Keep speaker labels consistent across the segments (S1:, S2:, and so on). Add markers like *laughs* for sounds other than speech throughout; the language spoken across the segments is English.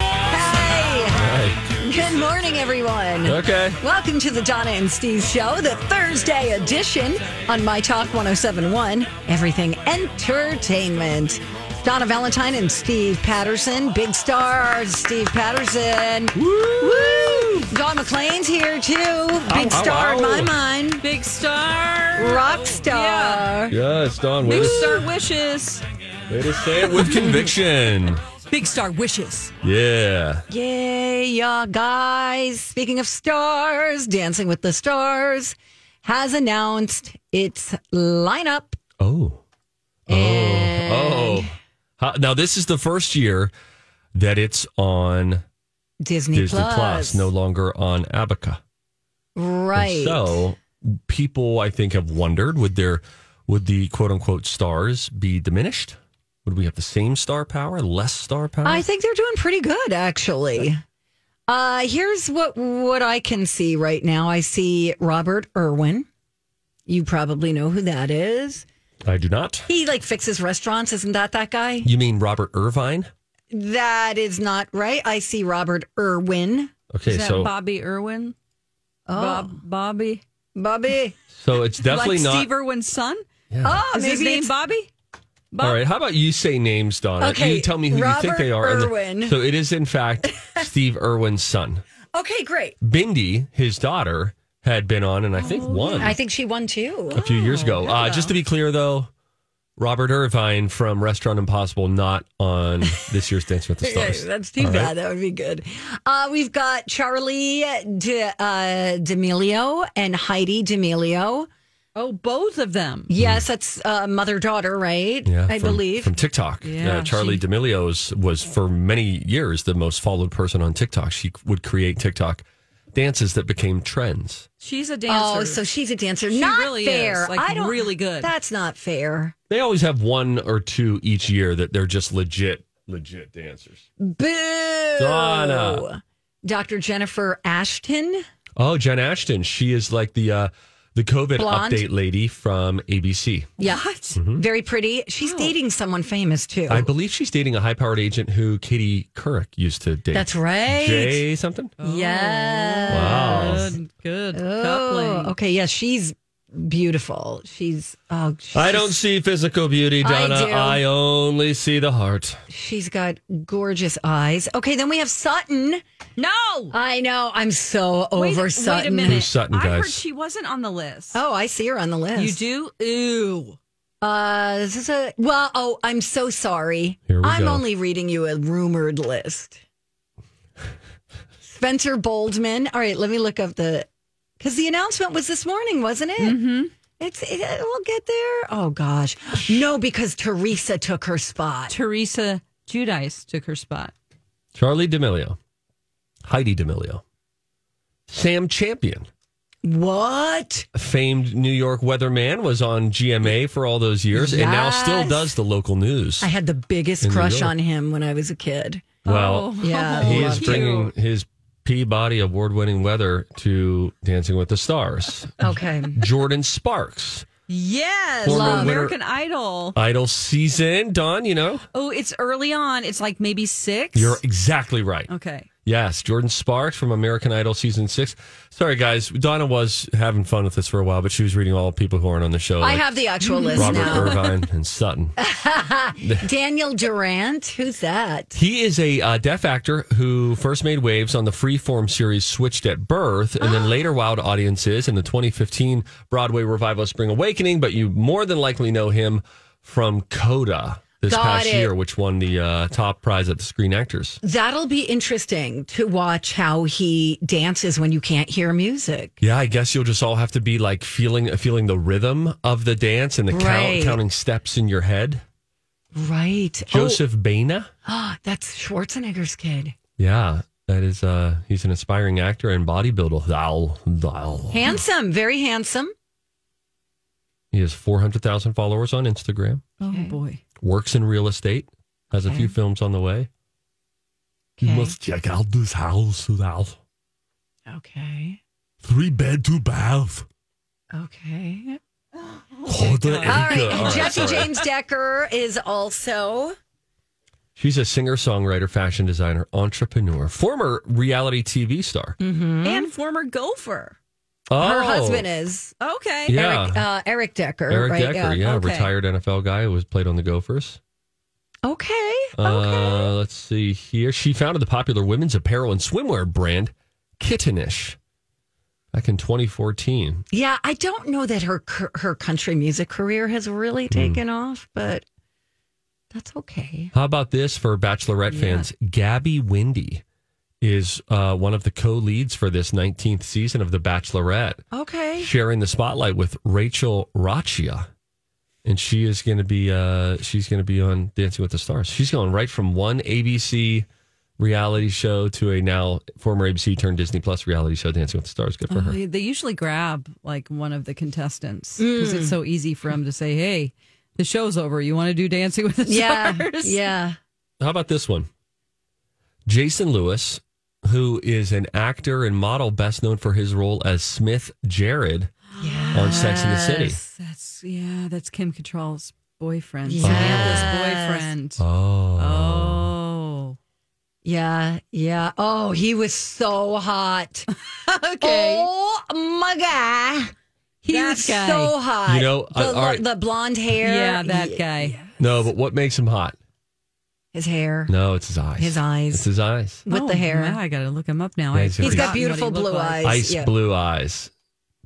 S1: Hey. Good morning, everyone.
S2: Okay.
S1: Welcome to the Donna and Steve Show, the Thursday edition on My Talk 1071, Everything Entertainment. Donna Valentine and Steve Patterson, big star Steve Patterson. Woo! Woo! Don McLean's here too, big
S2: ow,
S1: star in my
S2: ow.
S1: mind,
S3: Big star.
S1: rock star.
S2: Yes, Don. Way
S3: Big
S2: to,
S3: star wishes.
S2: way to say it with conviction.
S3: Big star wishes.
S2: Yeah.
S1: Yay, y'all guys. Speaking of stars, Dancing with the Stars has announced its lineup.
S2: Oh. Oh. How- Now this is the first year that it's on
S1: Disney,
S2: Disney
S1: Plus.
S2: Plus, no longer on Abaca. And
S1: Right.
S2: So people, I think, have wondered would there would the quote unquote stars be diminished? Would we have the same star power, less star power?
S1: I think they're doing pretty good, actually. Uh, here's what what I can see right now. I see Robert Irwin. You probably know who that is.
S2: I do not.
S1: He like fixes restaurants, isn't that that guy?
S2: You mean Robert Irvine?
S1: That is not right. I see Robert Irwin.
S2: Okay,
S3: Is that
S2: so
S3: Bobby Irwin? Oh. Bob, Bobby.
S1: Bobby.
S2: so it's definitely
S3: like
S2: not.
S3: Steve Irwin's son?
S2: Yeah.
S1: Oh,
S3: Is his
S1: maybe
S3: name
S1: it's
S3: Bobby? Bob-
S2: All right. How about you say names, Donna?
S1: Okay,
S2: You tell me who you think
S1: Robert
S2: they are. and the-
S1: Irwin.
S2: so it is,
S1: *laughs*
S2: in fact, Steve Irwin's son.
S1: Okay, great.
S2: Bindi, his daughter, had been on, and I think won
S1: Oh, I Oh, think she won too.
S2: a few years ago. Uh, just to be clear, though, Robert Irvine from Restaurant Impossible, not on this year's
S1: *laughs*
S2: Dance with the
S1: Yeah,
S2: Stars.
S1: that's too bad. That would be good. Uh, we've got Charlie De, uh, D'Amelio and Heidi D'Amelio.
S2: Hmm.
S3: Oh, both of them.
S1: Yes, that's uh, mother daughter, right?
S2: Yeah,
S1: I
S2: from-
S1: believe.
S2: from TikTok.
S3: Yeah,
S2: uh, Charlie
S3: she-
S2: D'Amelio's was for many years the most followed person on TikTok. She would create TikTok dances that became trends.
S3: She's a dancer.
S1: oh, so she's a dancer.
S3: She
S1: not
S3: really
S1: fair.
S3: is, like,
S1: I don't,
S3: really good.
S1: That's not fair.
S2: They always have one or two each year that they're just legit, legit dancers.
S1: Boo.
S2: Donna.
S1: Dr. Jennifer Ashton.
S2: Oh, Jen Ashton, she is like the uh, the COVID
S1: Blonde.
S2: update lady from ABC.
S1: Yeah. Very pretty.
S3: Oh.
S1: She's dating someone famous too.
S2: Mm-hmm. I believe she's dating a high powered agent who Katie Couric used to date.
S1: that's right. Oh,
S2: Jay something.
S1: *laughs* Yes.
S2: Wow.
S3: Good, good
S1: Oh,
S3: coupling.
S1: okay. Yeah, she's beautiful. She's oh, she's,
S2: I don't see physical beauty,
S1: I
S2: Donna.
S1: do.
S2: I, only see the heart.
S1: She's got gorgeous eyes. Okay, then we have Sutton.
S3: No!
S1: I know. I'm so over
S3: wait,
S1: Sutton.
S3: wait a minute.
S2: Who's Sutton,
S3: I heard
S2: guys?
S3: she wasn't on the list.
S1: Oh, I see her on the list.
S3: You do? Ew.
S1: Uh, this is a well. Oh, I'm so sorry.
S2: Here we
S1: I'm
S2: go.
S1: only reading you a rumored list. Spencer Boldman. All right, let me look up the because the announcement was this morning, wasn't it? Mm-hmm. It's it, we'll get there. Oh gosh, no, because Teresa took her spot.
S3: Teresa Judice took her spot.
S2: Charlie D'Amelio, Heidi D'Amelio, Sam Champion,
S1: What?
S2: famed New York weatherman, was on GMA for all those years, and now still
S1: Yes.
S2: does the local news.
S1: I had the biggest
S2: In New
S1: crush
S2: York.
S1: on him when I was a kid.
S2: Well,
S3: oh, *laughs*
S1: Yeah,
S2: he is
S1: loved
S2: bringing his Peabody Award winning weather to Dancing with the Stars.
S1: Okay.
S2: Jordan Sparks,
S3: Yes.
S2: Former
S3: Love.
S2: winner-
S3: American Idol.
S2: Idol season. Don, you know?
S3: Oh, it's early on. It's like maybe six.
S2: You're exactly right.
S3: okay.
S2: Yes, Jordan Sparks from American Idol season six. Sorry, guys. Donna was having fun with this for a while, but she was reading all the people who aren't on the show.
S1: I
S2: like
S1: have the actual list
S2: Robert
S1: now.
S2: Irvine and Sutton.
S1: Daniel Durant. Who's that?
S2: He is a uh, deaf actor who first made waves on the Freeform series Switched at Birth and
S1: Ah.
S2: then later wowed audiences in the 2015 Broadway revival Spring Awakening. But you more than likely know him from Coda this
S1: Got
S2: past
S1: it.
S2: year, which won the uh, top prize at the Screen Actors.
S1: That'll be interesting to watch how he dances when you can't hear music.
S2: Yeah, I guess you'll just all have to be like feeling feeling the rhythm of the dance and the
S1: Right.
S2: count, counting steps in your head.
S1: Right.
S2: Joseph Baina.
S1: *gasps* Oh, that's Schwarzenegger's kid.
S2: Yeah, that is. Uh, he's an aspiring actor and bodybuilder. Thou, thou.
S3: Handsome, very handsome.
S2: He has four hundred thousand followers on Instagram.
S1: Oh,
S3: Okay.
S4: boy.
S2: Works in real estate. Has a few films on the way. You
S3: Okay.
S2: must check out this house. Thou.
S4: Okay.
S2: Three bed, two bath.
S4: Okay.
S2: Hoda Erika.
S1: All right.
S2: All right,
S1: Jesse
S2: sorry.
S1: James Decker is also.
S2: She's a singer, songwriter, fashion designer, entrepreneur, former reality TV star.
S1: Mm-hmm.
S3: And former gopher.
S2: Oh,
S1: Her husband is
S3: Okay.
S2: Yeah.
S1: Eric, uh, Eric Decker.
S2: Eric
S1: right?
S2: Decker, yeah,
S3: okay.
S2: retired NFL guy who was played on the Gophers.
S3: Okay.
S2: Uh, let's see here. She founded the popular women's apparel and swimwear brand Kittenish back in 2014.
S1: Yeah, I don't know that her cur- her country music career has
S2: Hmm.
S1: really taken off, but that's okay.
S2: How about this for Bachelorette fans? Gabby Windy is uh, one of the co leads for this 19th season of The Bachelorette.
S1: Okay.
S2: sharing the spotlight with Rachel Raccia. And she is going to be uh, she's going to be on Dancing with the Stars. She's going right from one ABC reality show to a now former ABC turned Disney Plus reality show, Dancing with the Stars. Good for her.
S3: They, they usually grab like one of the contestants because
S1: Mm.
S3: it's so easy for them to say, "Hey, the show's over. You want to do Dancing with the
S1: Yeah.
S3: Stars?"
S1: Yeah.
S2: How about this one? Jason Lewis, who is an actor and model, best known for his role as Smith Jared on Sex in the City.
S3: That's yeah. That's Kim Cattrall's boyfriend.
S1: Yes.
S3: Samantha's boyfriend.
S1: Oh.
S2: Oh.
S3: Oh.
S1: Yeah. Yeah. Oh, he was so hot.
S3: *laughs* Okay.
S1: Oh my god. He
S3: That
S1: was
S3: guy.
S1: so hot.
S2: You know,
S1: the,
S2: uh, all right.
S1: the blonde hair.
S3: Yeah, that
S1: He-
S3: guy.
S2: No, but what makes him hot?
S1: His hair
S2: No, it's his eyes.
S1: His eyes.
S2: It's his eyes.
S1: with
S3: Oh,
S1: the hair.
S3: now I got to look him up now.
S2: Yeah,
S3: I
S2: he's got
S1: He's got
S3: forgotten what he
S1: beautiful
S3: looked
S1: blue
S3: like.
S1: eyes.
S2: ice
S1: yeah.
S2: blue eyes.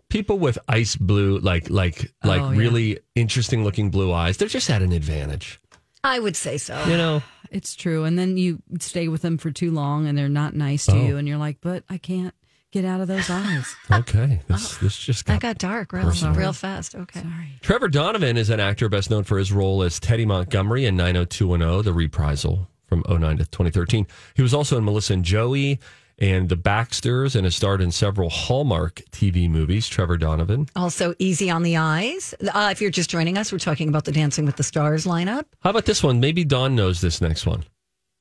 S2: People with ice blue, like like like
S3: Oh, yeah.
S2: really interesting looking blue eyes, they're just at an advantage.
S1: I would say so. *sighs*
S2: You know,
S3: It's true. And then you stay with them for too long and they're not nice to
S2: Oh.
S3: you. And you're like, but I can't get out of
S1: *sighs*
S3: those eyes.
S2: okay, this this just
S1: That
S2: got.
S1: Oh. got dark real,
S2: Personal.
S1: real fast. Okay.
S3: Sorry.
S2: Trevor Donovan is an actor best known for his role as Teddy Montgomery in 90210, the reprisal from 09 to 2013. He was also in Melissa and Joey and The Baxters and has starred in several Hallmark TV movies. Trevor Donovan.
S1: Also, easy on the eyes. Uh, if you're just joining us, we're talking about the Dancing with the Stars lineup.
S2: How about this one? Maybe Don knows this next one.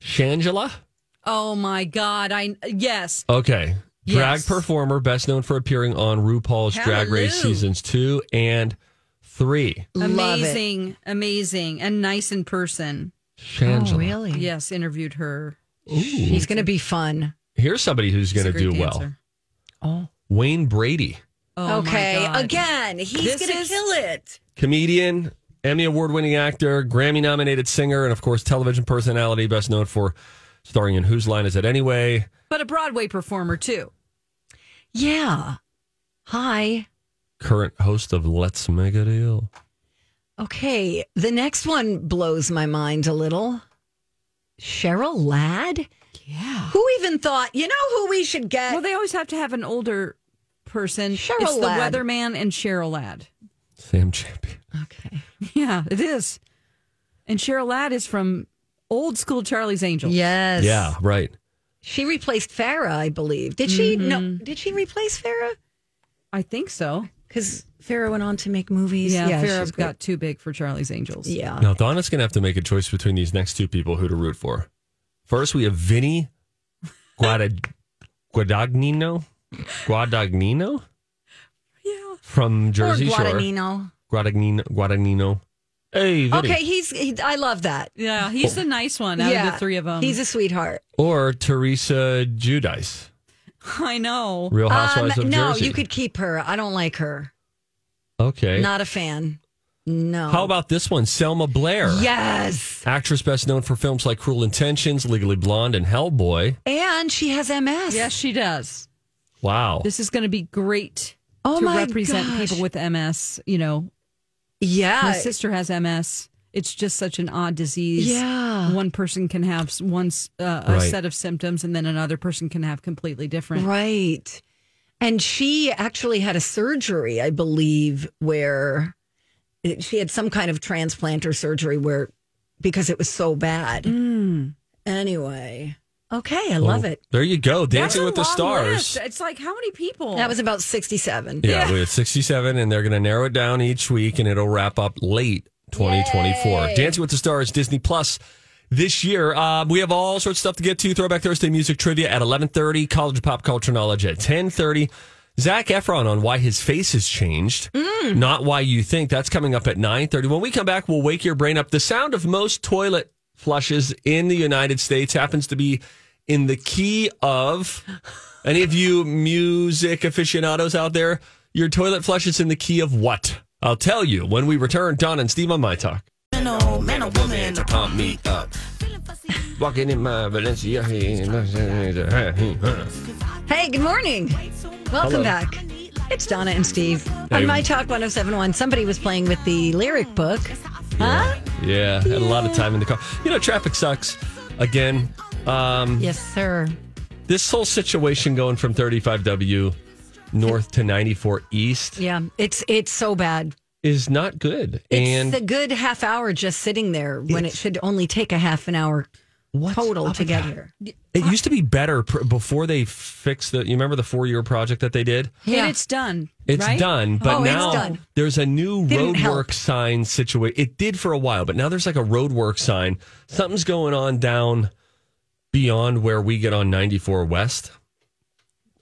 S2: Shangela?
S3: Oh my God. I, yes.
S2: Okay. Drag
S3: Yes.
S2: performer, best known for appearing on RuPaul's Drag Race
S3: Hallelujah.
S2: seasons two and three.
S1: Love it.
S3: Amazing. Amazing. And nice in person.
S2: Shangela.
S1: Oh, really?
S3: Yes. Interviewed her.
S1: He's going to be fun.
S2: Here's somebody who's
S3: She's
S2: going to
S3: a
S2: do
S3: great
S2: well
S3: dancer.
S2: Wayne Brady,
S3: Oh
S1: okay.
S3: My God.
S1: Again, he's
S3: This
S1: going to
S3: is-
S1: kill it.
S2: comedian, Emmy Award winning actor, Grammy nominated singer, and of course, television personality, best known for starring in Whose Line Is It Anyway?
S3: But a Broadway performer too.
S1: Yeah. Hi.
S2: Current host of Let's Make a Deal.
S1: Okay. The next one blows my mind a little. Cheryl Ladd?
S3: Yeah.
S1: Who even thought, you know who we should get?
S3: Well, they always have to have an older person.
S1: Cheryl
S3: it's the
S1: Ladd.
S3: weatherman and Cheryl Ladd. *laughs*
S2: Sam Champion.
S1: okay.
S3: Yeah, it is. And Cheryl Ladd is from old school Charlie's Angels.
S1: Yes.
S2: Yeah, right.
S1: She replaced Farah, I believe. Did she?
S3: Mm-hmm.
S1: No. Did she replace Farah?
S3: I think so.
S1: Because Farah went on to make movies.
S3: Yeah,
S1: she's
S3: Farrah
S1: great.
S3: got too big for Charlie's Angels.
S1: Yeah.
S2: Now Donna's gonna have to make a choice between these next two people who to root for. First, we have Vinny Guada- Guadagnino, Guadagnino
S3: Yeah.
S2: from Jersey
S1: or
S2: Shore.
S1: Guadagnino.
S2: Guadagnino, Guadagnino. Hey, Vinny.
S1: Okay, he's. He, I love that.
S3: Yeah, he's
S2: Oh.
S3: the nice one out
S1: yeah,
S3: of the three of them.
S1: He's a sweetheart.
S2: Or Teresa Judice,
S3: *laughs* I know.
S2: Real Housewives of
S1: Um, no,
S2: Jersey.
S1: you could keep her. I don't like her.
S2: Okay.
S1: Not a fan. No.
S2: How about this one, Selma Blair?
S1: Yes,
S2: Actress best known for films like Cruel Intentions, Legally Blonde, and Hellboy.
S1: and she has MS.
S3: Yes, she does.
S2: Wow.
S3: This is going to be great
S1: Oh
S3: to
S1: my
S3: represent
S1: gosh. Uh,
S3: people with MS. You know, my
S1: yeah.
S3: sister has MS. It's just such an odd disease.
S1: Yeah.
S3: One person can have s- one s- uh, a
S2: Right.
S3: set of symptoms, and then another person can have completely different.
S1: Right. And she actually had a surgery, I believe, where it- she had some kind of
S3: Mm.
S1: transplant or surgery where because it was so bad. Anyway, Okay, I love it.
S2: There you go. Dancing
S3: That's a
S2: with the
S3: long
S2: Stars.
S3: list. It's like how many people?
S1: That was about 67.
S2: Yeah, we had 67, and they're going to narrow it down each week, and it'll wrap up late 2024. Dancing with the Stars, Disney Plus. This year, uh, we have all sorts of stuff to get to. Throwback Thursday music trivia at 11:30. College pop culture knowledge at 10:30. Zach Efron on why his face has changed, *laughs* not why you think. That's coming up at 9:30. When we come back, we'll wake your brain up. The sound of most toilet flushes in the United States happens to be in the key of. Any of you music aficionados out there, your toilet flush is in the key of what? I'll tell you when we return. Don and Steve on my talk. Man, a woman to pump me up. Walking in my Valencia.
S1: Hey, good morning. Welcome
S2: Hello.
S1: back. It's Donna and Steve.
S2: Hey.
S1: On My Talk 1071, somebody was playing with the lyric book. Huh?
S2: Yeah, had a lot of time in the car. You know, traffic sucks. Again, um,
S1: Yes, sir.
S2: this whole situation going from 35W north to 94 east
S1: Yeah, it's it's so bad.
S2: is not good.
S1: It's
S2: and
S1: the good half hour just sitting there when it should only take a half an hour
S2: what's up
S1: total
S2: with
S1: to get here.
S2: It used to be better pr- before they fixed the. You remember the four-year project that they did?
S1: Yeah.
S3: And it's done.
S2: It's
S3: right?
S2: done, but
S1: Oh, it's
S2: now
S1: done.
S2: there's a new
S1: Didn't help.
S2: roadwork sign situation. It did for a while, but now there's like a roadwork sign. Something's going on down beyond where we get on 94 West,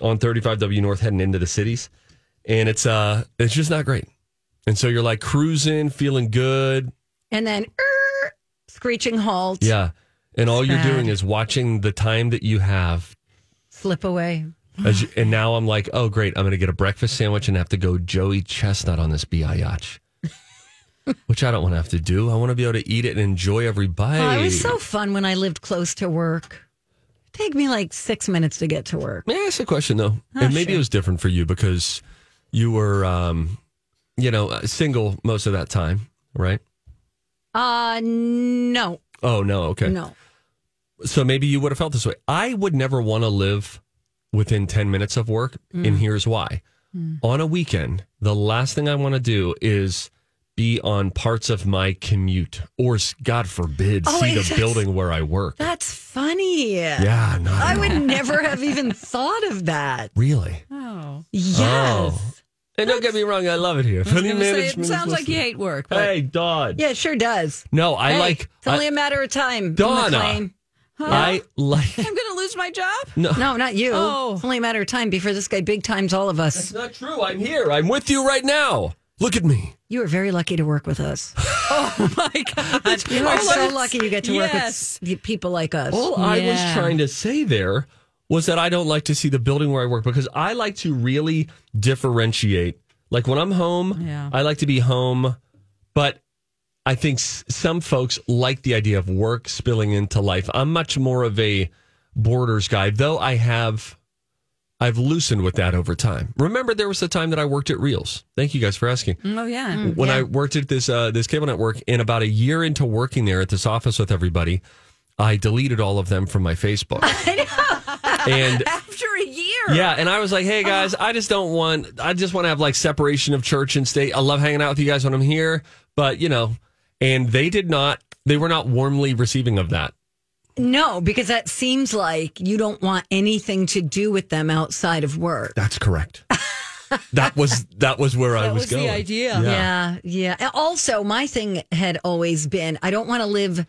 S2: on 35W North, heading into the cities, and it's uh, it's just not great. And so you're like cruising, feeling good,
S1: And then er, screeching halt,
S2: yeah. And all you're
S1: Sad.
S2: doing is watching the time that you have
S1: slip away.
S2: As you- and now I'm like, oh great, I'm going to get a breakfast sandwich and have to go Joey Chestnut on
S1: *laughs*
S2: this biatch, which I don't want to have to do. I want to be able to eat it and enjoy every bite.
S1: Oh, it was so fun when I lived close to work. Take me like six minutes to get to work.
S2: May I ask a question though?
S1: Oh,
S2: and maybe it was different for you because you were, um, you know, uh, single most of that time, right?
S1: Uh no,
S2: Oh no, okay.
S1: no.
S2: So maybe you would have felt this way. I would never want to live within 10 minutes of work,
S1: Mm.
S2: and here's why. On a weekend, the last thing I want to do is be on parts of my commute or, s- God forbid,
S1: Oh,
S2: see
S1: it
S2: the
S1: is-
S2: building where I work.
S1: That's funny.
S2: yeah, not
S1: I
S2: at all.
S1: would never have even thought of that.
S2: really.
S3: Oh.
S1: Yes.
S2: And don't get me wrong, I love it here.
S3: I was
S2: Funny
S3: gonna say,
S2: management.
S3: it
S2: is
S3: sounds like you
S2: listening.
S3: hate work. But
S2: Hey, Don.
S1: Yeah, it sure does.
S2: No, I
S1: Hey,
S2: like.
S1: It's only
S2: I,
S1: a matter of time.
S2: Donna.
S1: McLean. *laughs*
S2: I like. *laughs*
S3: I'm going to lose my job.
S1: No, not you.
S3: Oh.
S1: It's only a matter of time before this guy big times all of us.
S2: It's not true. I'm here. I'm with you right now. Look at me.
S1: You are very lucky to work with
S3: *laughs*
S1: us.
S3: my God.
S1: You are
S3: Oh,
S1: so
S3: that's-
S1: lucky you get to work
S3: Yes.
S1: with s- people like us.
S2: All I was
S3: Yeah.
S2: trying to say there was that I don't like to see the building where I work because I like to really differentiate. Like when I'm home,
S3: Yeah.
S2: I like to be home, but I think s- some folks like the idea of work spilling into life. I'm much more of a borders guy, though I have I've loosened with that over time. Remember there was a time that I worked at Reels. Thank you guys for asking
S3: Oh, yeah.
S1: Mm.
S2: when I worked at this uh, this cable network, and about a year into working there at this office with everybody, I deleted all of them from my
S3: *laughs*
S2: Facebook. and
S3: After a year.
S2: yeah, and I was like, hey guys,
S3: Oh.
S2: I just don't want. I just want to have like separation of church and state. I love hanging out with you guys when I'm here, but you know, and they did not. They were not warmly receiving of that.
S1: No, because that seems like you don't want anything to do with them outside of work.
S2: That's correct. *laughs* that was that was where I
S3: That
S2: was,
S3: was the
S2: going.
S3: idea.
S1: Yeah, yeah. And Also, my thing had always been I don't want to live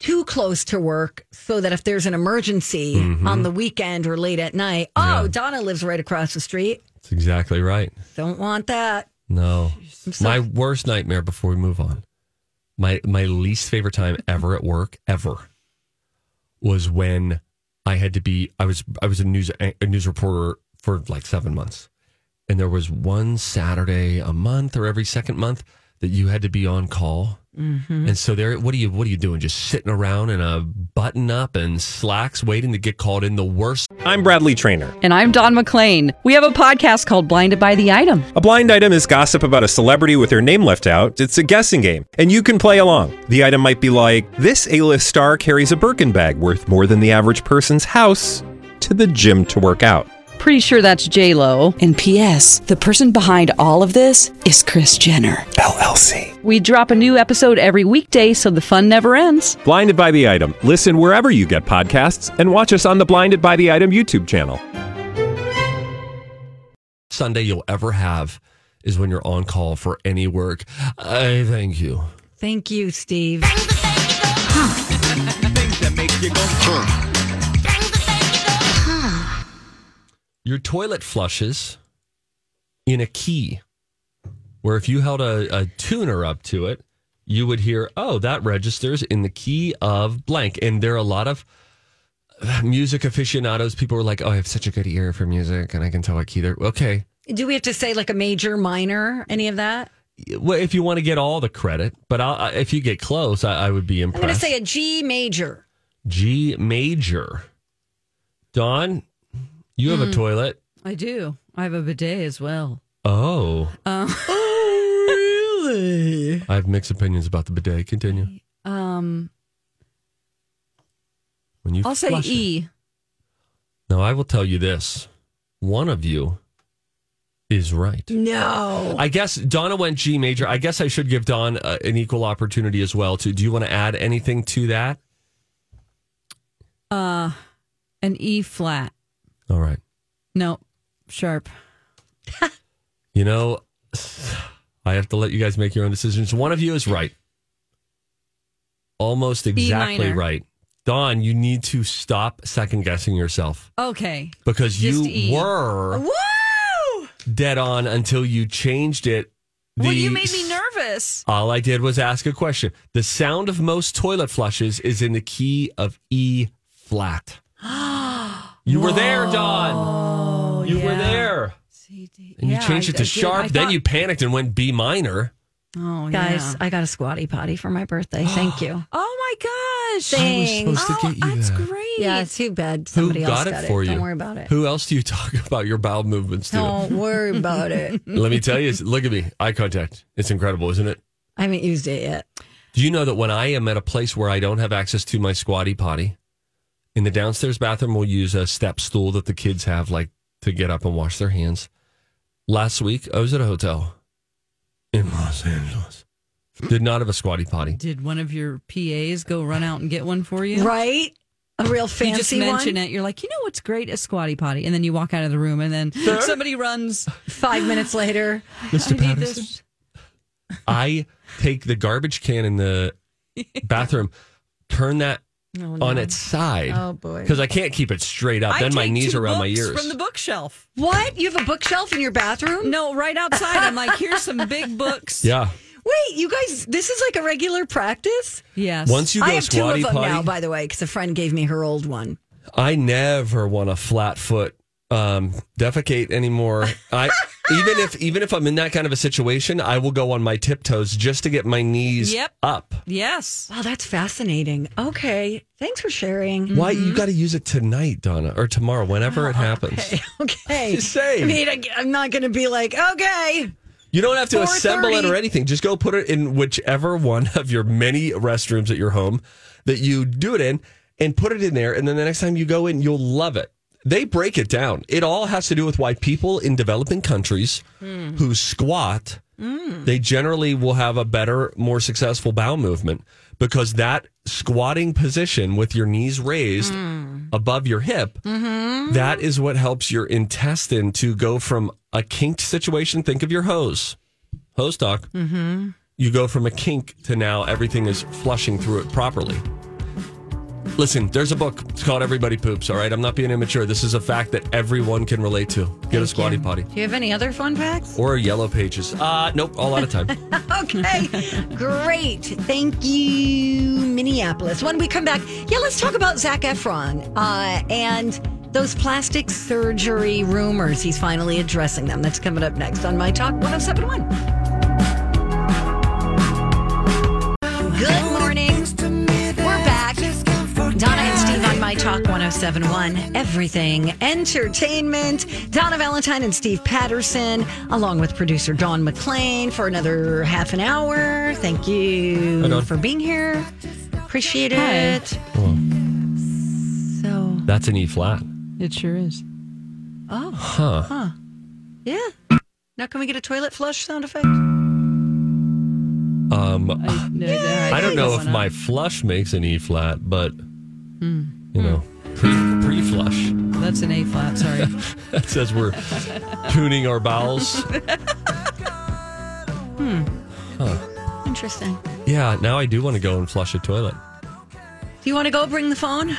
S1: too close to work so that if there's an emergency on the weekend or late at night, oh, Donna lives right across the street.
S2: That's exactly right.
S1: Don't want that.
S2: No. my worst nightmare before we move on. My my least favorite time ever at work ever was when I had to be I was I was a news a news reporter for like 7 months. And there was one Saturday a month or every second month that you had to be on call. And so there what are you what are you doing just sitting around in a button up and slacks waiting to get called in the worst
S5: I'm Bradley Trainer.
S6: And I'm Don McClain. We have a podcast called Blinded by the Item.
S5: A blind item is gossip about a celebrity with their name left out. It's a guessing game, and you can play along. The item might be like this: A-list star carries a Birkin bag worth more than the average person's house to the gym to work out.
S6: pretty sure that's J Lo.
S7: And P.S. The person behind all of this is Chris Jenner.
S5: LLC.
S6: We drop a new episode every weekday, so the fun never ends.
S5: Blinded by the Item. Listen wherever you get podcasts and watch us on the Blinded by the Item YouTube channel.
S2: Sunday you'll ever have is when you're on call for any work. I thank you.
S3: Thank you, Steve.
S2: Your toilet flushes in a key where if you held a, a tuner up to it, you would hear, oh, that registers in the key of blank. And there are a lot of uh, music aficionados. People were like, oh, I have such a good ear for music and I can tell what key they're. Okay.
S1: Do we have to say like a major, minor, any of that?
S2: Well, if you want to get all the credit, but I'll, I- if you get close, I, I would be
S1: I'm
S2: impressed.
S1: going to say a G major.
S2: G major. Don, you
S1: Hmm.
S2: have a toilet.
S3: I do. I have a bidet as well.
S2: Oh, *laughs*
S3: Um, *laughs*
S2: I have mixed opinions about the bidet. Continue.
S3: um,
S2: When you
S3: I'll say
S2: flush it-
S3: E.
S2: Now I will tell you this: one of you is right.
S1: No.
S2: I guess Donna went G major. I guess I should give Don uh, an equal opportunity as well. To do you want to add anything to that?
S3: Uh, an E flat.
S2: All right.
S3: No, sharp.
S2: You know, *sighs* I have to let you guys make your own decisions. One of you is right. Almost exactly
S3: E minor.
S2: right. Don, you need to stop second guessing yourself
S3: Okay.
S2: because
S3: Just
S2: you
S3: E.
S2: were
S3: Woo!
S2: dead on until you changed it.
S3: Well,
S2: The
S3: you made
S2: s-
S3: me nervous.
S2: All I did was ask a question. The sound of most toilet flushes is in the key of E
S3: *gasps*
S2: flat. you were there, Don. You were
S3: yeah.
S2: there. And
S3: Yeah,
S2: you changed
S3: I-
S2: it to
S3: I did.
S2: sharp.
S3: I
S2: then
S3: thought-
S2: you panicked and went B minor.
S3: Oh,
S1: Guys,
S3: yeah.
S1: I got a squatty potty for my birthday. Thank
S3: *gasps*
S1: you.
S3: Oh my gosh.
S1: I was supposed
S2: to
S3: oh,
S2: get you
S3: that's
S2: that.
S3: great.
S1: Yeah, it's too bad
S2: Who
S1: somebody else
S2: got
S1: got
S2: it for you?
S1: Don't worry about it.
S2: Who else do you *laughs* talk about your bowel movements to?
S1: Don't worry about it.
S2: Let me tell you. *laughs* Look at me. Eye contact. It's incredible, isn't it?
S1: *laughs* I haven't used it yet.
S2: Do you know that when I am at a place where I don't have access to my squatty potty, in the downstairs bathroom, we'll use a step stool that the kids have, like to get up and wash their hands. Last week, I was at a hotel in Los Angeles. Did not have a squatty
S3: *laughs*
S2: potty.
S3: Did one of your PAs go run out and get one for you?
S1: Right? A real
S3: You
S1: fancy
S3: just mention
S1: one.
S3: it. You're like, you know what's great? A squatty potty. And then you walk out of the room and then
S1: *laughs*
S3: somebody runs.
S1: Five minutes later,
S2: Mr.
S3: I need this.
S2: I take the garbage can in
S3: *laughs*
S2: the bathroom, turn that on its side.
S1: Oh, boy.
S2: Because I can't keep it straight up.
S3: I
S2: then my
S3: take
S2: knees
S3: two
S2: are around my
S3: books
S2: ears.
S3: From the bookshelf.
S1: what? You have a bookshelf in your bathroom?
S3: No, right outside. I'm like, here's some big books.
S2: yeah.
S1: Wait, you guys, this is like a regular practice?
S3: Yes.
S2: Once you go
S1: I have two of
S2: squatty
S1: them
S2: potty,
S1: now, by the way, because a friend gave me her old one.
S2: I never want to flat foot um, defecate anymore. I even if even if I'm in that kind of a situation, I will go on my tiptoes just to get my knees
S3: Yep.
S2: up.
S3: Yes.
S1: Wow, that's fascinating. Okay. Thanks for sharing.
S2: Why you got to use it tonight, Donna, or tomorrow, whenever it happens.
S1: *laughs* Okay.
S2: Just saying.
S1: I mean, I, I'm not going to be like, okay.
S2: You don't have to
S1: 4:30.
S2: assemble it or anything. Just go put it in whichever one of your many restrooms at your home that you do it in and put it in there. And then the next time you go in, you'll love it. They break it down. It all has to do with why people in developing countries who squat, they generally will have a better, more successful bowel movement because that squatting position with your knees raised above your hip that is what helps your intestine to go from a kinked situation. Think of your hose, hose doc. Mm-hmm. You go from a kink to now everything is flushing through it properly. Listen, there's a book. It's called Everybody Poops. All right, I'm not being immature. This is a fact that everyone can relate to. Get a squatty potty
S1: Do you have any other fun facts?
S2: or a yellow pages. Uh, nope, all out of time.
S1: *laughs* Okay. Great. Thank you, Minneapolis. When we come back, yeah, let's talk about Zach Efron uh, and those plastic surgery rumors. He's finally addressing them. That's coming up next on My Talk 1071. Good morning. We're back. Donna and Steve on My Talk 1071. Everything entertainment. Donna Valentine and Steve Patterson, along with producer Dawn McClain for another half an hour. Thank
S2: Hi,
S1: you
S2: Dawn.
S1: for being here. Appreciate
S3: Hi.
S1: it. So
S2: That's an E flat.
S3: It sure is.
S1: Yeah. Now, can we get a toilet flush sound effect?
S2: Um,
S3: I, no,
S2: I don't know if my flush makes an E flat, but you know, pre pre flush.
S3: That's an A flat.
S2: *laughs*
S3: Sorry.
S2: That says we're tuning our
S1: *laughs*
S2: bowels.
S1: Interesting.
S2: Yeah, now I do want to go and flush a toilet.
S1: Do you want to go bring the
S2: *laughs*
S1: phone?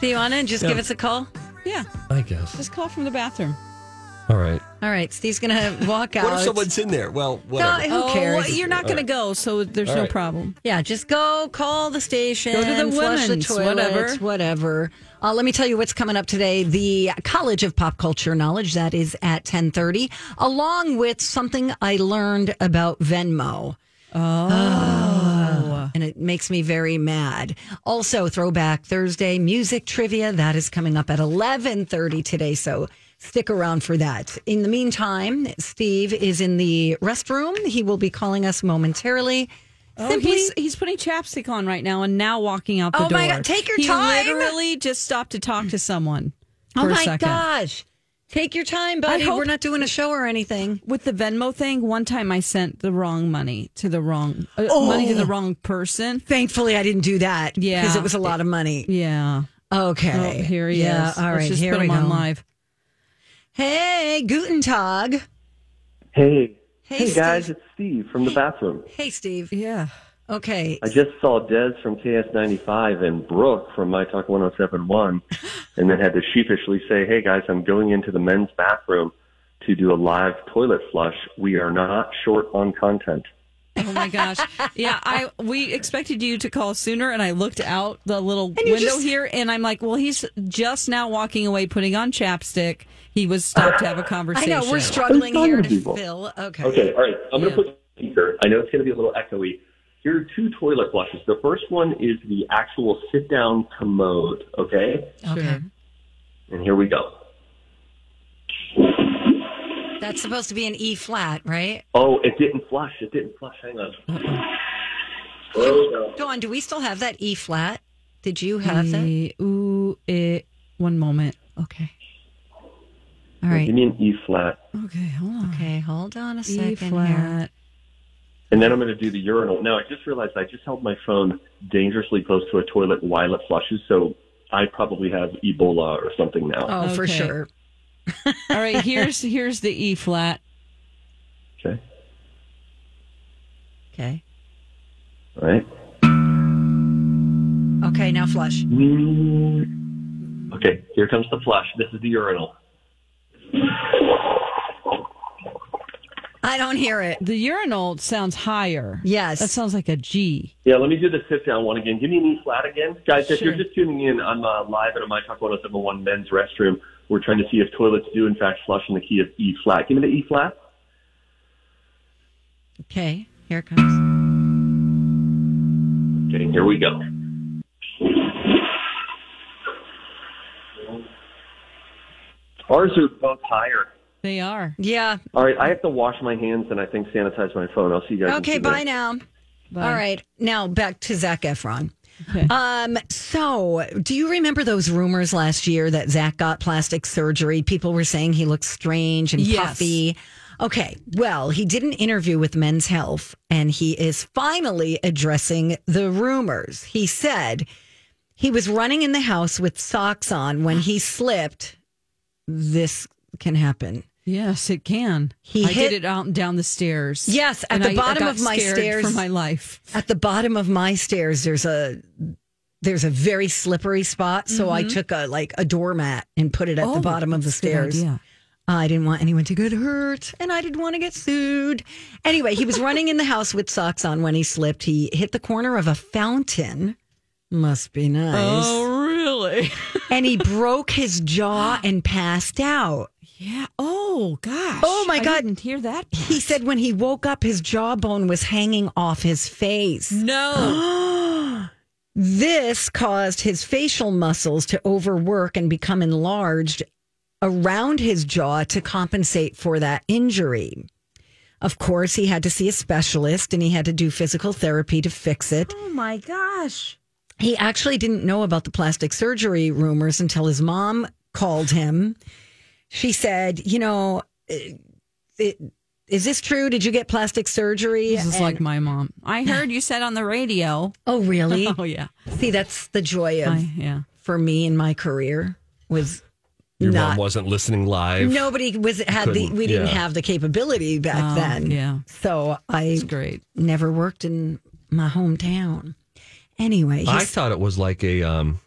S1: Do you want to just give us a call?
S3: yeah.
S2: I guess.
S3: Just call from the bathroom.
S2: All right.
S1: All right, Steve's gonna walk out.
S2: What if someone's in there? Well,
S1: no,
S2: whatever.
S1: who cares?
S3: Oh, well, you're not going to go, so there's
S2: All
S3: no
S2: right.
S3: problem.
S1: Yeah, just go call the station.
S3: Go to the
S1: flush the
S3: women's,
S1: toilets,
S3: whatever.
S1: whatever. Uh, let me tell you what's coming up today. The College of Pop Culture Knowledge that is at ten thirty, along with something I learned about Venmo. Oh. and it makes me very mad. Also, Throwback Thursday music trivia that is coming up at eleven thirty today. So stick around for that. In the meantime, Steve is in the restroom. He will be calling us momentarily.
S3: Oh, he's he's putting chapstick on right now and now walking out the
S1: Oh,
S3: door.
S1: my God, take your
S3: he
S1: time.
S3: Literally, just stopped to talk to someone.
S1: Oh
S3: for a
S1: my
S3: second.
S1: gosh. Take your time, buddy.
S3: hope-
S1: We're not doing a show or anything.
S3: with the Venmo thing, one time I sent the wrong money to the wrong uh,
S1: Oh.
S3: money to the wrong person.
S1: Thankfully, I didn't do that.
S3: Yeah.
S1: Because it was a lot of money.
S3: Yeah. Oh,
S1: Okay.
S3: here he
S1: yeah,
S3: is.
S1: All
S3: Let's
S1: right.
S3: just
S1: here
S3: put
S1: we
S3: him
S1: go.
S3: on live.
S1: Hey, Guten Tag.
S8: Hey.
S1: Hey,
S8: Hey, guys,
S1: Steve.
S8: it's Steve from the bathroom.
S1: Hey, Steve.
S3: Yeah.
S1: Okay.
S8: I just saw Des from KS95 and Brooke from My Talk
S1: *gasps*
S8: 1071 and then had to sheepishly say, hey, guys, I'm going into the men's bathroom to do a live toilet flush. We are not short on content.
S3: Oh
S1: *laughs*
S3: my gosh. Yeah, I we expected you to call sooner and I looked out the little window here and I'm like, well, he's just now walking away putting on chapstick. He was stopped to have a
S1: I
S3: conversation.
S1: know we're struggling
S8: Those
S1: here
S8: other
S1: to
S8: people.
S1: fill. Okay.
S8: Okay, all right. I'm going
S3: Yeah.
S8: to put speaker. I know it's going to be a little echoey. Here are two toilet flushes. The first one is the actual sit down commode, okay?
S1: Okay.
S8: And here we go.
S1: That's supposed to be an E flat, right?
S8: Oh, it didn't flush. It didn't flush. Hang on. Oh, no.
S1: Dawn, do we still have that E flat? Did you have that?
S3: Eh, Ooh, eh, one moment.
S1: E, Okay. All
S8: Give
S1: right.
S8: me an E flat.
S3: Okay, hold on.
S1: Okay. Hold on a second
S3: E
S1: here.
S3: flat.
S8: And then I'm going to do the urinal. Now, I just realized I just held my phone dangerously close to a toilet while it flushes, so I probably have Ebola or something now.
S1: Oh, for
S3: Okay.
S1: sure.
S3: All right, here's here's the E flat.
S8: Okay.
S1: Okay.
S8: All right.
S1: Okay, now flush.
S8: Okay, here comes the flush. This is the urinal.
S1: I don't hear it.
S3: The urinal sounds higher.
S1: Yes.
S3: That sounds like a G.
S8: Yeah, let me do the sit down one again. Give me an E flat again. Guys, if
S3: Sure.
S8: you're just tuning in, I'm uh, live at a My Talk 1071 men's restroom. We're trying to see if toilets do, in fact, flush in the key of E flat. Give me the E flat.
S1: Okay, here it comes.
S8: Okay, here we go. Ours are both higher.
S3: They are.
S1: Yeah.
S8: All right, I have to wash my hands and I think sanitize my phone. I'll see you guys. in
S1: Okay,
S8: two
S1: bye
S8: minutes.
S1: now. All right, now back to Zach Efron. Um, so, do you remember those rumors last year that Zach got plastic surgery? People were saying he looked strange and
S3: Yes.
S1: puffy. Okay, well, he did an interview with Men's Health and he is finally addressing the rumors. He said he was running in the house with socks on when he slipped. This can happen.
S3: Yes, it can.
S1: He
S3: I
S1: hit-
S3: did it out and down the stairs.
S1: Yes, at
S3: And
S1: the
S3: I- I
S1: bottom
S3: got
S1: of my
S3: scared
S1: stairs.
S3: for my life.
S1: at the bottom of my stairs there's a there's a very slippery spot so i took a like a doormat and put it
S3: Oh,
S1: at the bottom of the stairs
S3: Yeah.
S1: i didn't want anyone to get hurt and i didn't want to get sued anyway he was running in the house with socks on when he slipped he hit the corner of a fountain must be nice
S3: Oh, really?
S1: and he broke his jaw and passed out
S3: Yeah. Oh gosh.
S1: Oh, my God.
S3: I didn't hear that.
S1: he said when he woke up his jawbone was hanging off his face
S3: *gasps* No.
S1: This caused his facial muscles to overwork and become enlarged around his jaw to compensate for that injury. Of course, he had to see a specialist and he had to do physical therapy to fix it.
S3: oh my gosh.
S1: He actually didn't know about the plastic surgery rumors until his mom called him. She said, "You know, eh, it, is this true? Did you get plastic surgery?"
S3: This is
S1: And-
S3: like my mom. I heard you said on the radio.
S1: "Oh,
S3: *laughs*
S1: really?
S3: Oh yeah,
S1: See, that's the joy of
S3: I, yeah.
S1: for me in my career was
S2: Your
S1: not
S2: mom wasn't listening live.
S1: nobody was had
S2: Couldn't,
S1: the we didn't
S2: yeah.
S1: have the capability back
S3: Oh,
S1: then.
S3: yeah.
S1: So I
S3: It's great.
S1: never worked in my hometown. Anyway,
S2: I
S1: he's-
S2: thought it was like a um,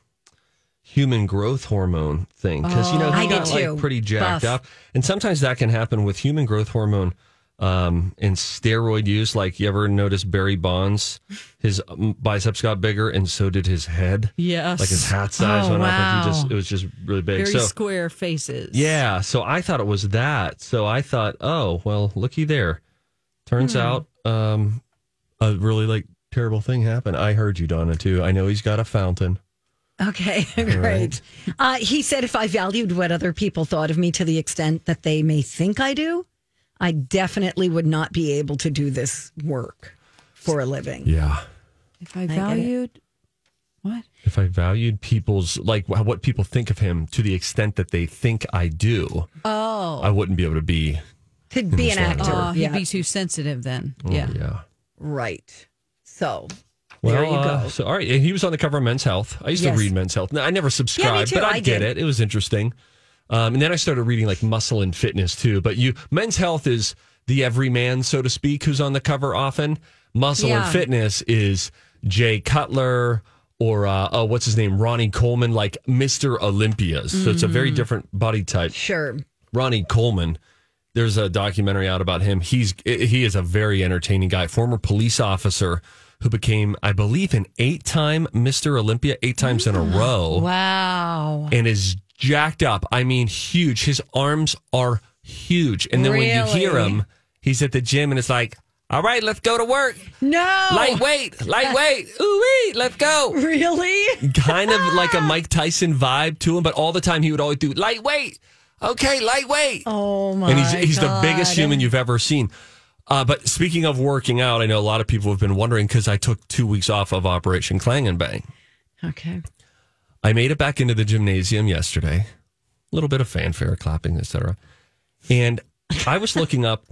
S2: human growth hormone thing because you know
S1: Oh, I
S2: he
S1: did
S2: got
S1: too.
S2: like pretty jacked
S1: Buff.
S2: up, and sometimes that can happen with human growth hormone um, and steroid use. Like you ever notice Barry Bonds, his um, biceps got bigger, and so did his head.
S3: Yes.
S2: like his hat size
S1: Oh,
S2: went up. Like he
S1: wow.
S2: just it was just really big.
S3: Very
S2: so
S3: square faces.
S2: yeah, so I thought it was that. So I thought, oh well, looky there. Turns out, um, a really like terrible thing happened. I heard you, Donna, too. I know he's got a fountain.
S1: okay, *laughs* great. Uh, he said, if I valued what other people thought of me to the extent that they may think I do, I definitely would not be able to do this work for a living.
S2: Yeah.
S3: If I valued what?
S2: If I valued people's like wh- what people think of him to the extent that they think I do,
S3: Oh.
S2: I wouldn't be able to be.
S1: To be an
S2: Understand.
S1: actor,
S3: Oh, he'd
S1: yeah,
S3: be too sensitive then. yeah.
S2: Oh, Yeah.
S1: right. So
S2: Well,
S1: there you go.
S2: uh, so all right, and he was on the cover of Men's Health. I used
S1: Yes.
S2: to read Men's Health. No, I never subscribed,
S1: too.
S2: but I,
S1: I
S2: get
S1: did.
S2: it. It was interesting. Um, and then I started reading like Muscle and Fitness too. But you, Men's Health is the everyman, so to speak, who's on the cover often. Muscle
S3: Yeah.
S2: and Fitness is Jay Cutler or uh, oh, what's his name, Ronnie Coleman, like Mister Olympias. So it's a very
S1: Mm.
S2: different body type.
S1: sure,
S2: Ronnie Coleman. There's a documentary out about him. He's he is a very entertaining guy, former police officer who became, I believe, an eight-time Mr. Olympia, eight times in a row,
S3: Wow.
S2: and is jacked up. I mean, huge. His arms are huge, and then when you hear
S3: Really?
S2: him, he's at the gym, and it's like, all right, let's go to work.
S1: no,
S2: Lightweight, lightweight, ooh wee, let's go
S1: really.
S2: kind of like *laughs* a Mike Tyson vibe to him, but all the time he would always do lightweight. Okay, lightweight. Oh my! And he's he's the biggest human you've ever seen. Uh, but speaking of working out, I know a lot of people have been wondering because I took two weeks off of Operation Clang and Bang.
S1: Okay.
S2: I made it back into the gymnasium yesterday. A little bit of fanfare, clapping, etc. And I was looking up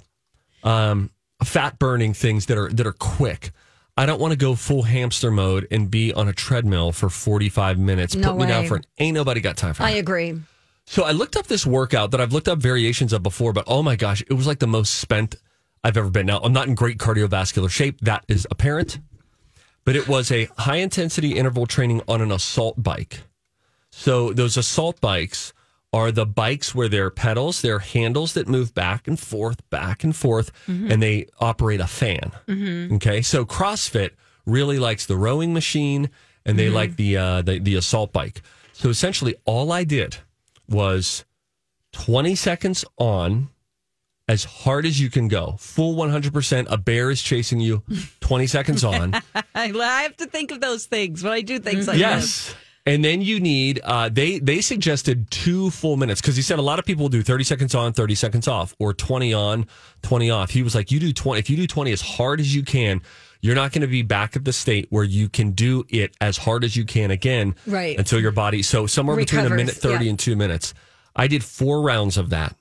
S2: um, fat burning things that are that are quick. I don't want to go full hamster mode and be on a treadmill for 45 minutes.
S1: No
S2: Put me down
S1: way.
S2: for an ain't nobody got time for
S1: I
S2: that.
S1: agree.
S2: So I looked up this workout that I've looked up variations of before, but oh my gosh, it was like the most spent I've ever been. Now, I'm not in great cardiovascular shape. That is apparent. But it was a high intensity interval training on an assault bike. So those assault bikes are the bikes where there are pedals, there are handles that move back and forth, back and forth, and they operate a fan. Okay. So CrossFit really likes the rowing machine and they like the, uh, the the assault bike. So essentially all I did was 20 seconds on as hard as you can go. Full 100%. A bear is chasing you 20 seconds on.
S3: I, I have to think of those things when I do things like this.
S2: yes. And then you need uh, they they suggested two full minutes because he said a lot of people do thirty seconds on, thirty seconds off, or twenty on, twenty off. He was like, you do twenty if you do twenty as hard as you can, you're not going to be back at the state where you can do it as hard as you can again,
S1: Right.
S2: Until your body so somewhere between a
S1: Recovers,
S2: minute thirty
S1: yeah.
S2: and two minutes. I did four rounds of that.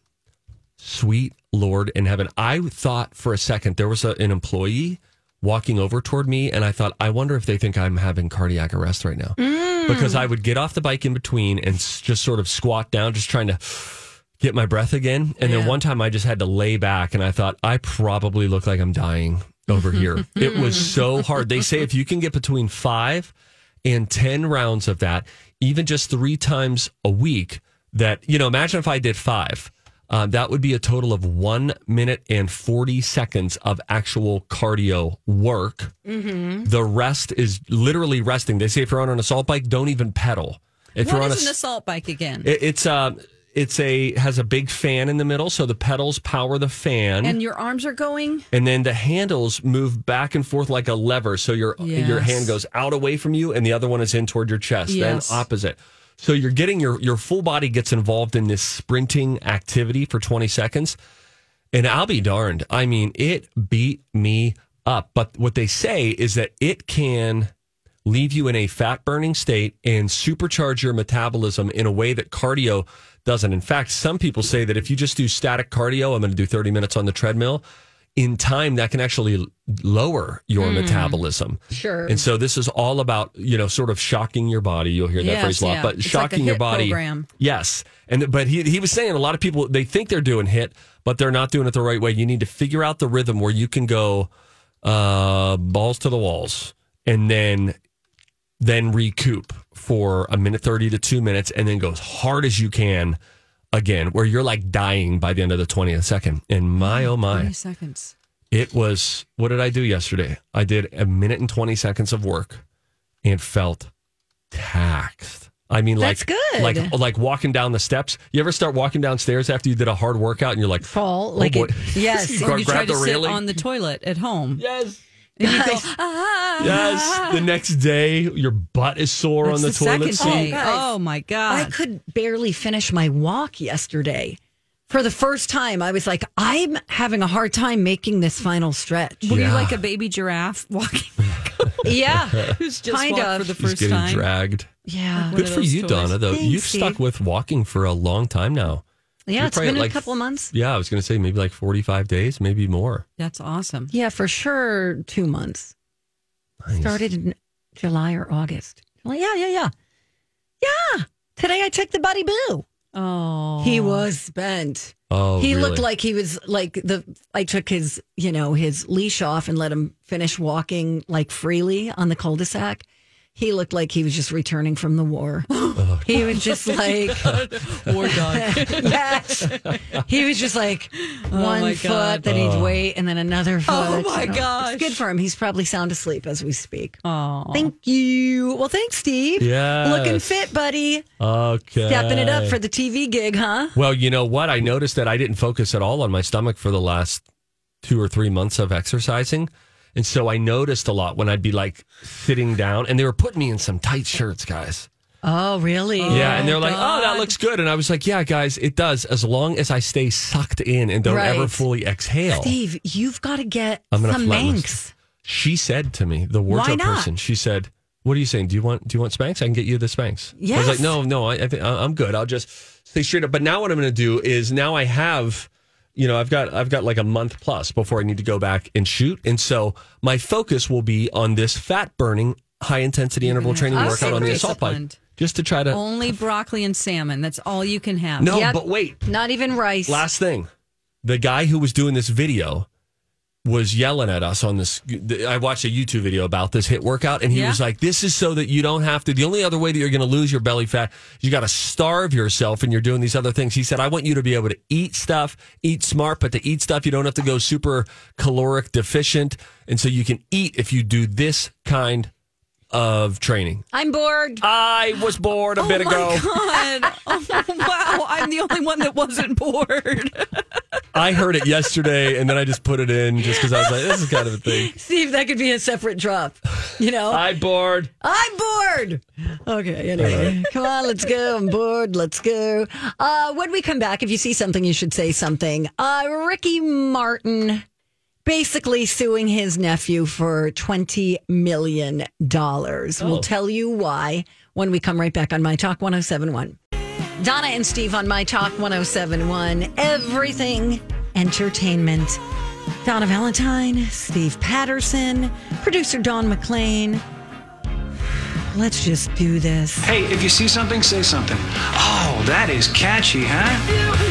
S2: Sweet Lord in heaven. I thought for a second there was a, an employee walking over toward me, and I thought, I wonder if they think I'm having cardiac arrest right now.
S1: Mm.
S2: Because I would get off the bike in between and s- just sort of squat down, just trying to get my breath again. And then one time I just had to lay back, and I thought, I probably look like I'm dying over
S3: *laughs*
S2: here. it was so hard. They say if you can get between five and 10 rounds of that, even just three times a week, that, you know, imagine if I did five. Um, that would be a total of one minute and 40 seconds of actual cardio work.
S3: Mm-hmm.
S2: The rest is literally resting. They say if you're on an assault bike, don't even pedal. If you're
S3: What
S2: on a
S3: is an
S2: s-
S3: assault bike again?
S2: it- it's a it's a has a big fan in the middle, so the pedals power the fan,
S3: and your arms are going?
S2: and then the handles move back and forth like a lever. So your your
S3: Yes.
S2: hand goes out away from you, and the other one is in toward your chest.
S3: Yes.
S2: Then opposite. So you're getting your your full body gets involved in this sprinting activity for 20 seconds, and I'll be darned. I mean, it beat me up. But what they say is that it can leave you in a fat burning state and supercharge your metabolism in a way that cardio doesn't. In fact, some people say that if you just do static cardio, I'm going to do 30 minutes on the treadmill. In time, that can actually l- lower your
S3: Hmm.
S2: metabolism.
S1: Sure.
S2: And so this is all about, you know, sort of shocking your body. You'll hear that
S3: Yes,
S2: phrase a lot,
S3: yeah.
S2: but
S3: It's like
S2: shocking
S3: a
S2: your
S3: HIIT
S2: body.
S3: program.
S2: Yes. And but he he was saying a lot of people they think they're doing hit, but they're not doing it the right way. You need to figure out the rhythm where you can go uh balls to the walls and then then recoup for a minute 30 to 2 minutes and then go as hard as you can again where you're like dying by the end of the 20th second. And my oh my.
S3: seconds.
S2: It was what did I do yesterday? I did a minute and 20 seconds of work and felt taxed. I mean
S3: That's
S2: like
S3: good.
S2: like like walking down the steps. You ever start walking downstairs after you did a hard workout and you're like
S1: Fall
S2: oh
S1: like
S2: boy.
S1: it.
S2: *laughs*
S1: Yes.
S2: You
S3: Or
S2: grab-
S3: you try
S2: grab
S3: to
S2: the
S3: sit
S2: railing.
S3: on the toilet at home.
S2: yes.
S3: And you go,
S2: *laughs*
S3: "Ah."
S2: Yes. The next day your butt is sore
S3: That's
S2: on the, toilet
S3: second day.
S2: seat.
S3: Oh, my
S1: I
S3: God.
S1: could barely finish my walk yesterday. For the first time, I was like, I'm having a hard time making this final stretch.
S3: Were
S2: Yeah.
S3: you like a baby giraffe *laughs* walking?
S1: *laughs*
S2: *laughs*
S1: yeah.
S3: Who's just
S1: Kind
S3: walked
S1: of.
S3: for the
S2: He's
S3: first
S2: getting
S3: time?
S2: dragged.
S1: Yeah.
S3: One
S2: Good
S3: of
S2: for
S3: those
S2: you,
S3: toys.
S2: Donna, though.
S1: Thanks,
S2: You've stuck
S1: Steve.
S2: with walking for a long time now.
S1: Yeah.
S2: You're
S1: It's
S2: probably
S1: been
S2: at,
S1: a
S2: like,
S1: couple of months.
S2: Yeah, I was going to say maybe like 45 days, maybe more.
S3: That's awesome.
S1: Yeah. For sure, two months.
S2: Nice.
S1: Started in July or August. Well, yeah, yeah, yeah. Yeah. Today I checked the buddy boo.
S3: Oh.
S1: He was spent.
S2: Oh,
S1: he
S2: really?
S1: looked like he was like the. I took his, you know, his leash off and let him finish walking like freely on the cul-de-sac. He looked like he was just returning from the war.
S2: Oh.
S1: he was just
S2: *laughs*
S1: like,
S3: war
S1: *laughs*
S3: dog.
S1: yes. He was just like one
S3: Oh my
S1: foot,
S3: God.
S1: then
S2: Oh.
S1: he'd wait, and then another foot.
S3: Oh, my
S1: god!
S3: gosh.
S1: It's good for him. He's probably sound asleep as we speak.
S3: Oh.
S1: Thank you. Well, thanks, Steve.
S2: Yes.
S1: Looking fit, buddy.
S2: Okay.
S1: Stepping it up for the TV gig, huh?
S2: Well, you know what? I noticed that I didn't focus at all on my stomach for the last two or three months of exercising. And so I noticed a lot when I'd be like sitting down and they were putting me in some tight shirts, guys.
S1: Oh, really?
S2: yeah. And they're like, oh, that looks good. And I was like, yeah, guys, it does as long as I stay sucked in and don't
S1: Right.
S2: ever fully exhale.
S1: Steve, you've got to get
S2: I'm gonna
S1: some
S2: flat my
S1: Manx.
S2: She said to me, the wardrobe
S1: not?
S2: person, she said, what are you saying? Do you want do you want Spanx? I can get you the Spanx. I was
S1: Yes.
S2: like, no, no, I, I think I- I'm good. I'll just stay straight up. But now what I'm going to do is now I have, you know, I've got I've got like a month plus before I need to go back and shoot, and so my focus will be on this fat burning, high intensity
S1: Mm-hmm.
S2: interval training
S1: Oh,
S3: I was
S2: workout on the
S3: super
S2: assault bike,
S3: disciplined.
S2: just to try to.
S3: Only broccoli and salmon. That's all you can have.
S2: no,
S1: Yep.
S2: but wait.
S1: Not even rice.
S2: Last thing, the guy who was doing this video was yelling at us on this. I watched a YouTube video about this hit workout, and he
S3: Yeah.
S2: was like, "This is so that you don't have to. The only other way that you're going to lose your belly fat, you got to starve yourself, and you're doing these other things." He said, "I want you to be able to eat stuff, eat smart, but to eat stuff, you don't have to go super caloric deficient, and so you can eat if you do this kind of training."
S1: I'm bored.
S2: I was bored a bit
S3: oh my
S2: ago.
S3: *laughs* God. Oh, wow. I'm the only one that wasn't bored.
S2: I heard it yesterday, and then I just put it in just because I was like, "This is kind of a thing."
S1: Steve, that could be a separate drop. You
S2: *laughs*
S1: know?
S2: I bored.
S1: I'm bored. Okay, anyway. Come on, let's go. I'm bored. Let's go. Uh, when we come back, if you see something, you should say something. Uh, Ricky Martin basically suing his nephew for $20 million. We'll
S2: Oh.
S1: tell you why when we come right back on My Talk 1071. Donna and Steve on My Talk 1071. Everything entertainment. Donna Valentine, Steve Patterson, producer Don McLean. Let's just do this.
S9: Hey, if you see something, say something. Oh, that is catchy, huh?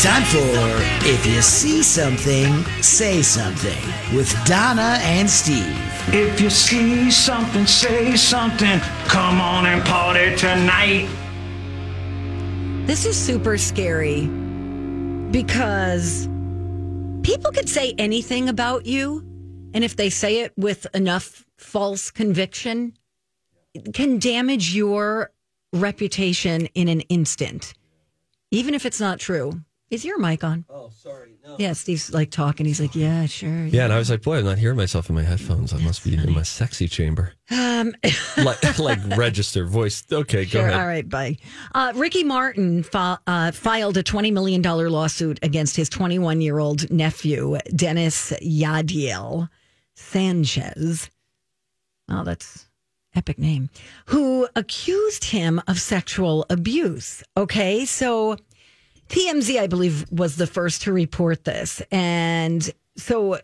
S10: Time for If You See Something, Say Something with Donna and Steve.
S9: If you see something, say something. Come on and party tonight.
S1: This is super scary because people could say anything about you, and if they say it with enough false conviction, it can damage your reputation in an instant, even if it's not true. Is your mic on? Oh, sorry. No. Yeah, Steve's like talking. He's like, yeah, sure.
S2: Yeah, and I was like, boy, I'm not hearing myself in my headphones. I must be in my sexy chamber.
S1: Um,
S2: *laughs* Like, like register voice. Okay, go
S1: Sure.
S2: ahead.
S1: All right. Bye. Uh, Ricky Martin fi- uh, filed a $20 million lawsuit against his 21 year old nephew, Dennis Yadiel Sanchez, Oh, that's epic name. Who accused him of sexual abuse? Okay, so TMZ, I believe, was the first to report this, and so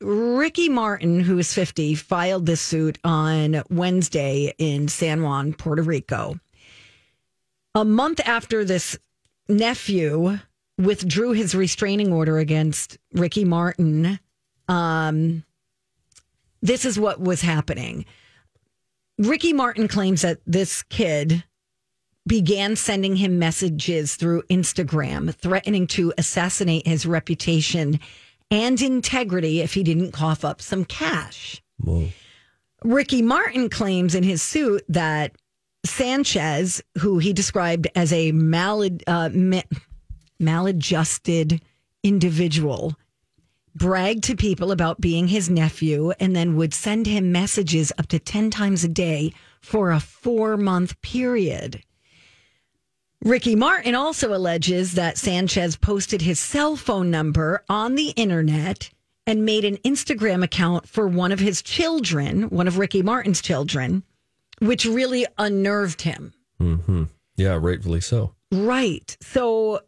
S1: Ricky Martin, who is 50, filed this suit on Wednesday in San Juan, Puerto Rico. A month after this nephew withdrew his restraining order against Ricky Martin, um, this is what was happening. Ricky Martin claims that this kid began sending him messages through Instagram, threatening to assassinate his reputation and integrity if he didn't cough up some cash.
S2: Whoa.
S1: Ricky Martin claims in his suit that Sanchez, who he described as a malad, uh, ma- maladjusted individual, bragged to people about being his nephew and then would send him messages up to 10 times a day for a four month period. Ricky Martin also alleges that Sanchez posted his cell phone number on the internet and made an Instagram account for one of his children, one of Ricky Martin's children, which really unnerved him.
S2: Mm-hmm. Yeah, rightfully so.
S1: Right. So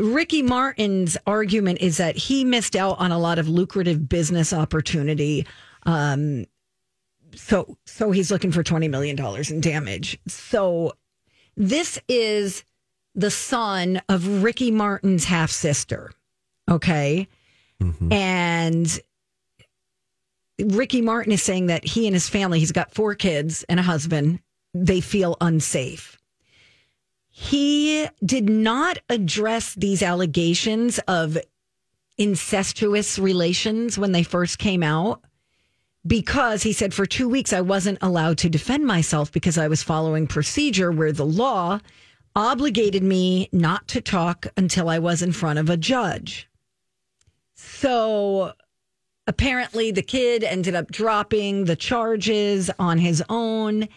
S1: Ricky Martin's argument is that he missed out on a lot of lucrative business opportunity. Um, so so he's looking for twenty million dollars in damage. So this is the son of Ricky Martin's half sister. Okay. And Ricky Martin is saying that he and his family, he's got four kids and a husband, they feel unsafe. He did not address these allegations of incestuous relations when they first came out because he said for two weeks I wasn't allowed to defend myself because I was following procedure where the law obligated me not to talk until I was in front of a judge. So apparently the kid ended up dropping the charges on his own.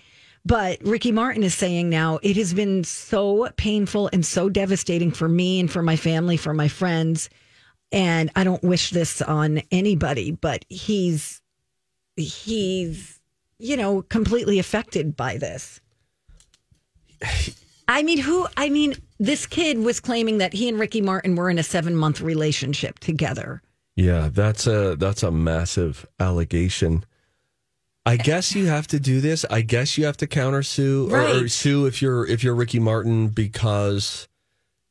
S1: But Ricky Martin is saying now it has been so painful and so devastating for me and for my family, for my friends. And I don't wish this on anybody, but he's he's you know completely affected by this i mean who i mean this kid was claiming that he and ricky martin were in a seven month relationship together
S2: Yeah, that's a that's a massive allegation. I guess you have to do this. I guess you have to countersue or, or
S1: Right.
S2: sue if you're if you're Ricky Martin because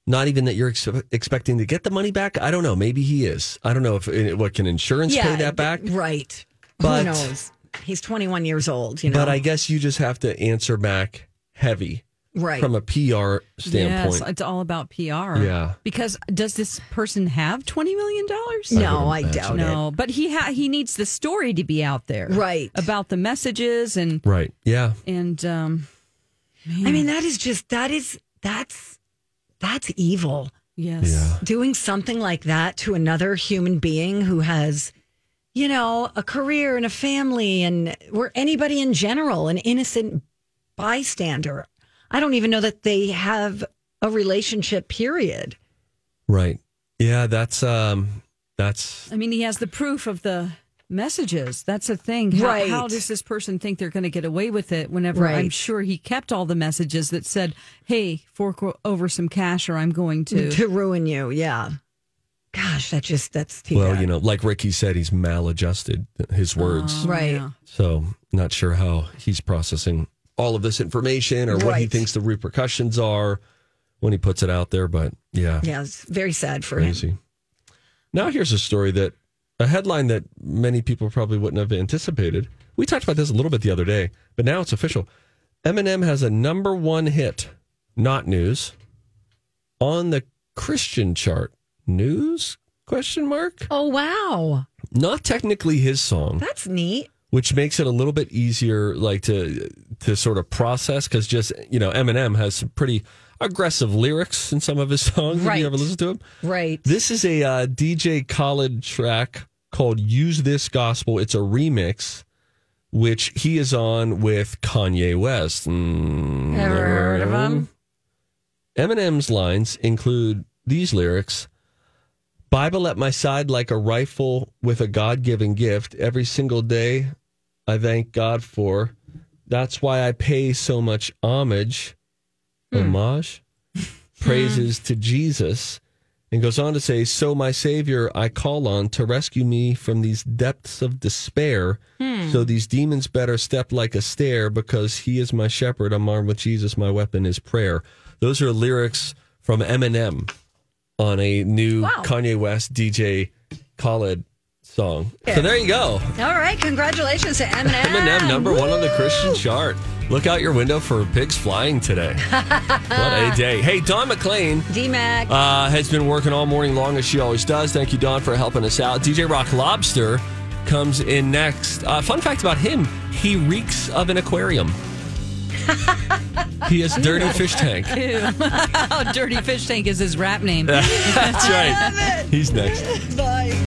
S2: not even that you're ex- expecting to get the money back. I don't know. Maybe he is. I don't know if eh, what can insurance pay that back.
S1: right
S2: But-
S1: who knows he's 21 years old you know
S2: But I guess you just have to answer back heavy
S1: right
S2: from a PR
S3: Yes,
S2: standpoint.
S3: it's all about PR.
S2: Yeah.
S3: Because does this person have twenty million dollars?
S1: no i, doubt
S3: No, but he ha- he needs the story to be out there,
S1: Right.
S3: About the messages and
S2: right. Yeah.
S3: and um,
S1: it i mean that is just that is that's that's evil
S3: yes,
S1: doing something like that to another human being who has you know a career and a family and or anybody in general an innocent bystander i don't even know that they have a relationship period
S2: Right. Yeah, that's um that's
S3: I mean he has the proof of the messages. That's a thing. How,
S1: Right.
S3: How does this person think they're going to get away with it? Whenever I'm
S1: Right.
S3: sure he kept all the messages that said, "Hey, fork o- over some cash, or I'm going
S1: *laughs*
S3: to."
S1: to ruin you yeah gosh that just that's too
S2: well,
S1: bad.
S2: you know, like Ricky said, he's maladjusted his words.
S1: right
S2: So not sure how he's processing all of this information or what he
S1: Right.
S2: thinks the repercussions are when he puts it out there. But yeah,
S1: yeah it's very sad for him
S2: crazy. Now here's a story that a headline that many people probably wouldn't have anticipated. We talked about this a little bit the other day, but now it's official. Eminem has a number one hit, not news, on the Christian chart. News? Question mark?
S1: oh wow
S2: Not technically his song
S1: that's neat
S2: which makes it a little bit easier like to to sort of process because just you know eminem has some pretty aggressive lyrics in some of his songs have
S1: Right.
S2: you ever listened to him
S1: right
S2: this is a uh, dj khaled track called use this gospel it's a remix which he is on with kanye west Mm,
S1: Ever heard of him?
S2: eminem's lines include these lyrics Bible at my side like a rifle with a God given gift. Every single day, I thank God for. That's why I pay so much homage, homage, praises to Jesus. And goes on to say, So my Savior I call on to rescue me from these depths of despair. So these demons better step like a stair because he is my shepherd. I'm armed with Jesus. My weapon is prayer. Those are lyrics from Eminem on a new Kanye West DJ Khaled song. So there you go.
S1: All right, congratulations to Eminem.
S2: *laughs* Eminem number one on the Christian chart. Look out your window for pigs flying today. what a day. Hey, Don McLean
S1: D Mac.
S2: uh, has been working all morning long as she always does. Thank you, Don, for helping us out. DJ Rock Lobster comes in next. Uh, fun fact about him he reeks of an aquarium. he has dirty fish tank.
S3: Oh,
S1: *laughs*
S3: Dirty Fish Tank is his rap name.
S2: That's right. He's next.